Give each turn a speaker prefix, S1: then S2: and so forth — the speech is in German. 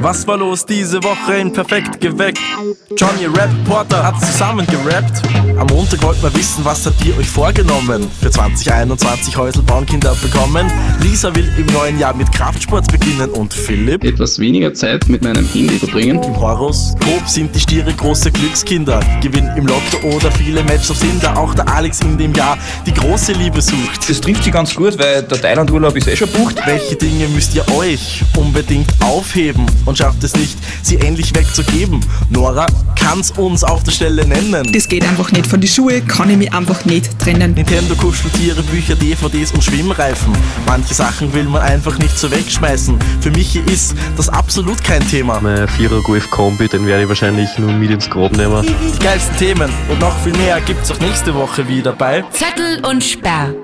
S1: Was war los diese Woche in Perfekt geweckt? Johnny Rap Porter hat zusammen gerappt. Am Montag wollt mal wissen, was habt ihr euch vorgenommen? Für 2021 Häuselbahnkinder bekommen. Lisa will im neuen Jahr mit Kraftsport beginnen und Philipp
S2: etwas weniger Zeit mit meinem Handy verbringen.
S1: im Horoskop sind die Stiere große Glückskinder. Gewinnen im Lotto oder viele Matchups sind da auch der Alex in dem Jahr die große Liebe sucht.
S3: Das trifft sie ganz gut, weil der Thailand-Urlaub ist eh schon bucht.
S1: Welche Dinge müsst ihr euch unbedingt aufheben und schafft es nicht, sie endlich wegzugeben? Nora kann's uns auf der Stelle nennen.
S4: Das geht einfach nicht. Von den Schuhen kann ich mich einfach nicht trennen.
S1: Nintendo Kuscheltiere, Bücher, DVDs und Schwimmreifen. Manche Sachen will man einfach nicht so wegschmeißen. Für mich ist das absolut kein Thema.
S5: Mein vierer Golf Kombi, den werde ich wahrscheinlich nur mit ins Grab nehmen.
S1: Die geilsten Themen und noch viel mehr gibt's auch nächste Woche wieder bei
S6: Zettel und Sperr.